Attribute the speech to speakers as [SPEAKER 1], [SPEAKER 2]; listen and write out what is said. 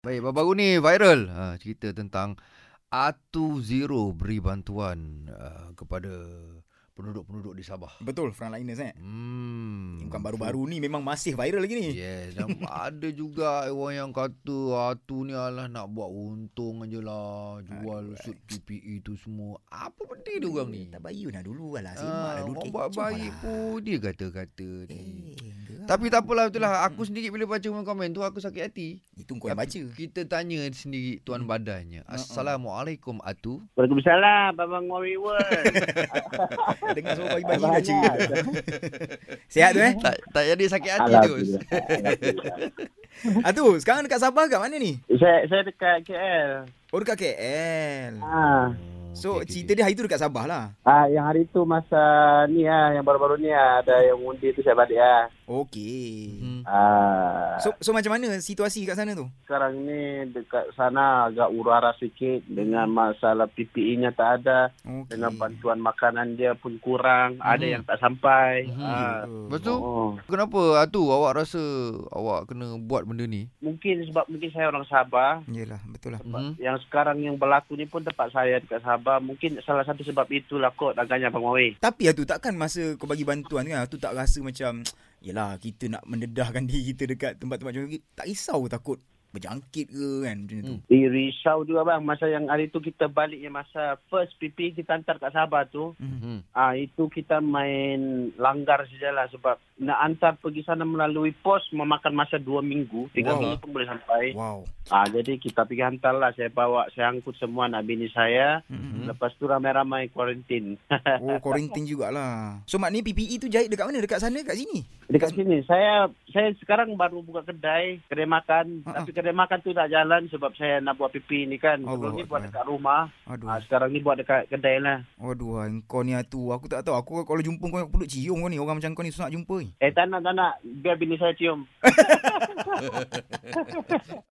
[SPEAKER 1] Baik, baru-baru ni viral uh, cerita tentang Atu Zero beri bantuan uh, kepada penduduk-penduduk di Sabah.
[SPEAKER 2] Betul, frontliners eh.
[SPEAKER 1] Hmm.
[SPEAKER 2] Bukan baru-baru ni memang masih viral lagi ni.
[SPEAKER 1] Yes, dan ada juga orang yang kata Atu ni alah nak buat untung aje lah. Jual
[SPEAKER 2] Aduh, eh.
[SPEAKER 1] suit PPE E tu semua. Apa benda dia orang ni?
[SPEAKER 2] Tak bayu dah dulu lah. Semak
[SPEAKER 1] Ah,
[SPEAKER 2] dah dulu.
[SPEAKER 1] orang buat
[SPEAKER 2] kecoh
[SPEAKER 1] baik
[SPEAKER 2] lah.
[SPEAKER 1] pun dia kata-kata
[SPEAKER 2] Eh,
[SPEAKER 1] ni.
[SPEAKER 2] geram.
[SPEAKER 1] Tapi tak apalah itulah aku sendiri bila baca komen tu aku sakit hati.
[SPEAKER 2] Itu kau yang baca. Hmm. Ha,
[SPEAKER 1] Kita tanya sendiri tuan badannya. Assalamualaikum Atu.
[SPEAKER 3] Waalaikumsalam Abang Mori World
[SPEAKER 2] Dengar suara pagi-pagi dah cerita. Sihat tu eh?
[SPEAKER 1] Tak tak jadi sakit hati terus.
[SPEAKER 3] Alhamdulillah Hmm,
[SPEAKER 2] Ah tu, sekarang dekat Sabah kat mana ni?
[SPEAKER 3] Saya saya dekat KL
[SPEAKER 2] Oh dekat KL.
[SPEAKER 1] Oh,
[SPEAKER 2] Ah.
[SPEAKER 3] ha.
[SPEAKER 2] So cerita dia hari tu dekat Sabah lah.
[SPEAKER 3] ha, Yang hari tu masa ni ha, Yang baru-baru ni ha, Ada yang undi tu saya balik ha.
[SPEAKER 2] Okey.
[SPEAKER 1] Hmm.
[SPEAKER 3] ha.
[SPEAKER 2] So so macam mana situasi kat sana tu?
[SPEAKER 3] Sekarang ni dekat sana agak urara sikit Dengan masalah PPE-nya tak ada
[SPEAKER 2] Okey.
[SPEAKER 3] Dengan bantuan makanan dia pun kurang Ada
[SPEAKER 2] Hmm.
[SPEAKER 1] Mhm.
[SPEAKER 3] yang tak sampai
[SPEAKER 1] Mhm.
[SPEAKER 3] ha.
[SPEAKER 1] Lepas tu
[SPEAKER 3] Oh.
[SPEAKER 1] kenapa Atu awak rasa awak kena buat benda ni?
[SPEAKER 3] Mungkin sebab mungkin saya orang Sabah
[SPEAKER 2] Yelah, betul lah.
[SPEAKER 1] Hmm.
[SPEAKER 3] Yang sekarang yang berlaku ni pun tempat saya dekat Sabah. Mungkin salah satu sebab itulah kot agaknya Abang Mawi.
[SPEAKER 2] Tapi lah tu takkan masa kau bagi bantuan kan tu tak rasa macam Yelah kita nak mendedahkan diri kita dekat tempat-tempat macam ni Tak risau takut berjangkit ke kan macam tu
[SPEAKER 1] Hmm.
[SPEAKER 3] Eh, risau juga bang. Masa yang hari tu kita baliknya masa first PP kita hantar kat Sabah tu.
[SPEAKER 1] Hmm.
[SPEAKER 3] Ah Itu kita main langgar sajalah sebab nak hantar pergi sana melalui pos memakan masa dua minggu. Tiga
[SPEAKER 2] Wow.
[SPEAKER 3] minggu pun boleh sampai.
[SPEAKER 2] Wow
[SPEAKER 3] Ah Jadi kita pergi hantar lah. Saya bawa, saya angkut semua anak bini saya.
[SPEAKER 2] Mm-mm.
[SPEAKER 3] Lepas tu ramai-ramai kuarantin.
[SPEAKER 2] Oh quarantine jugalah So maknanya PPE E tu jahit dekat mana? Dekat sana dekat sini?
[SPEAKER 3] Dekat sini saya saya sekarang baru buka kedai kedai makan
[SPEAKER 2] Ha-ha.
[SPEAKER 3] tapi kedai makan tu tak jalan sebab saya nak buat pipi ni kan.
[SPEAKER 2] Allah
[SPEAKER 3] Sebelum ni buat
[SPEAKER 2] Akbar.
[SPEAKER 3] dekat rumah,
[SPEAKER 2] Aduh
[SPEAKER 3] ha, sekarang ni buat dekat kedai lah.
[SPEAKER 2] Aduh hai, kau ni lah tu Aku tak tahu Aku kalau jumpa kau peluk cium kau ni Orang macam kau ni susah nak jumpa ni
[SPEAKER 3] Eh tak nak tak nak biar bini saya cium.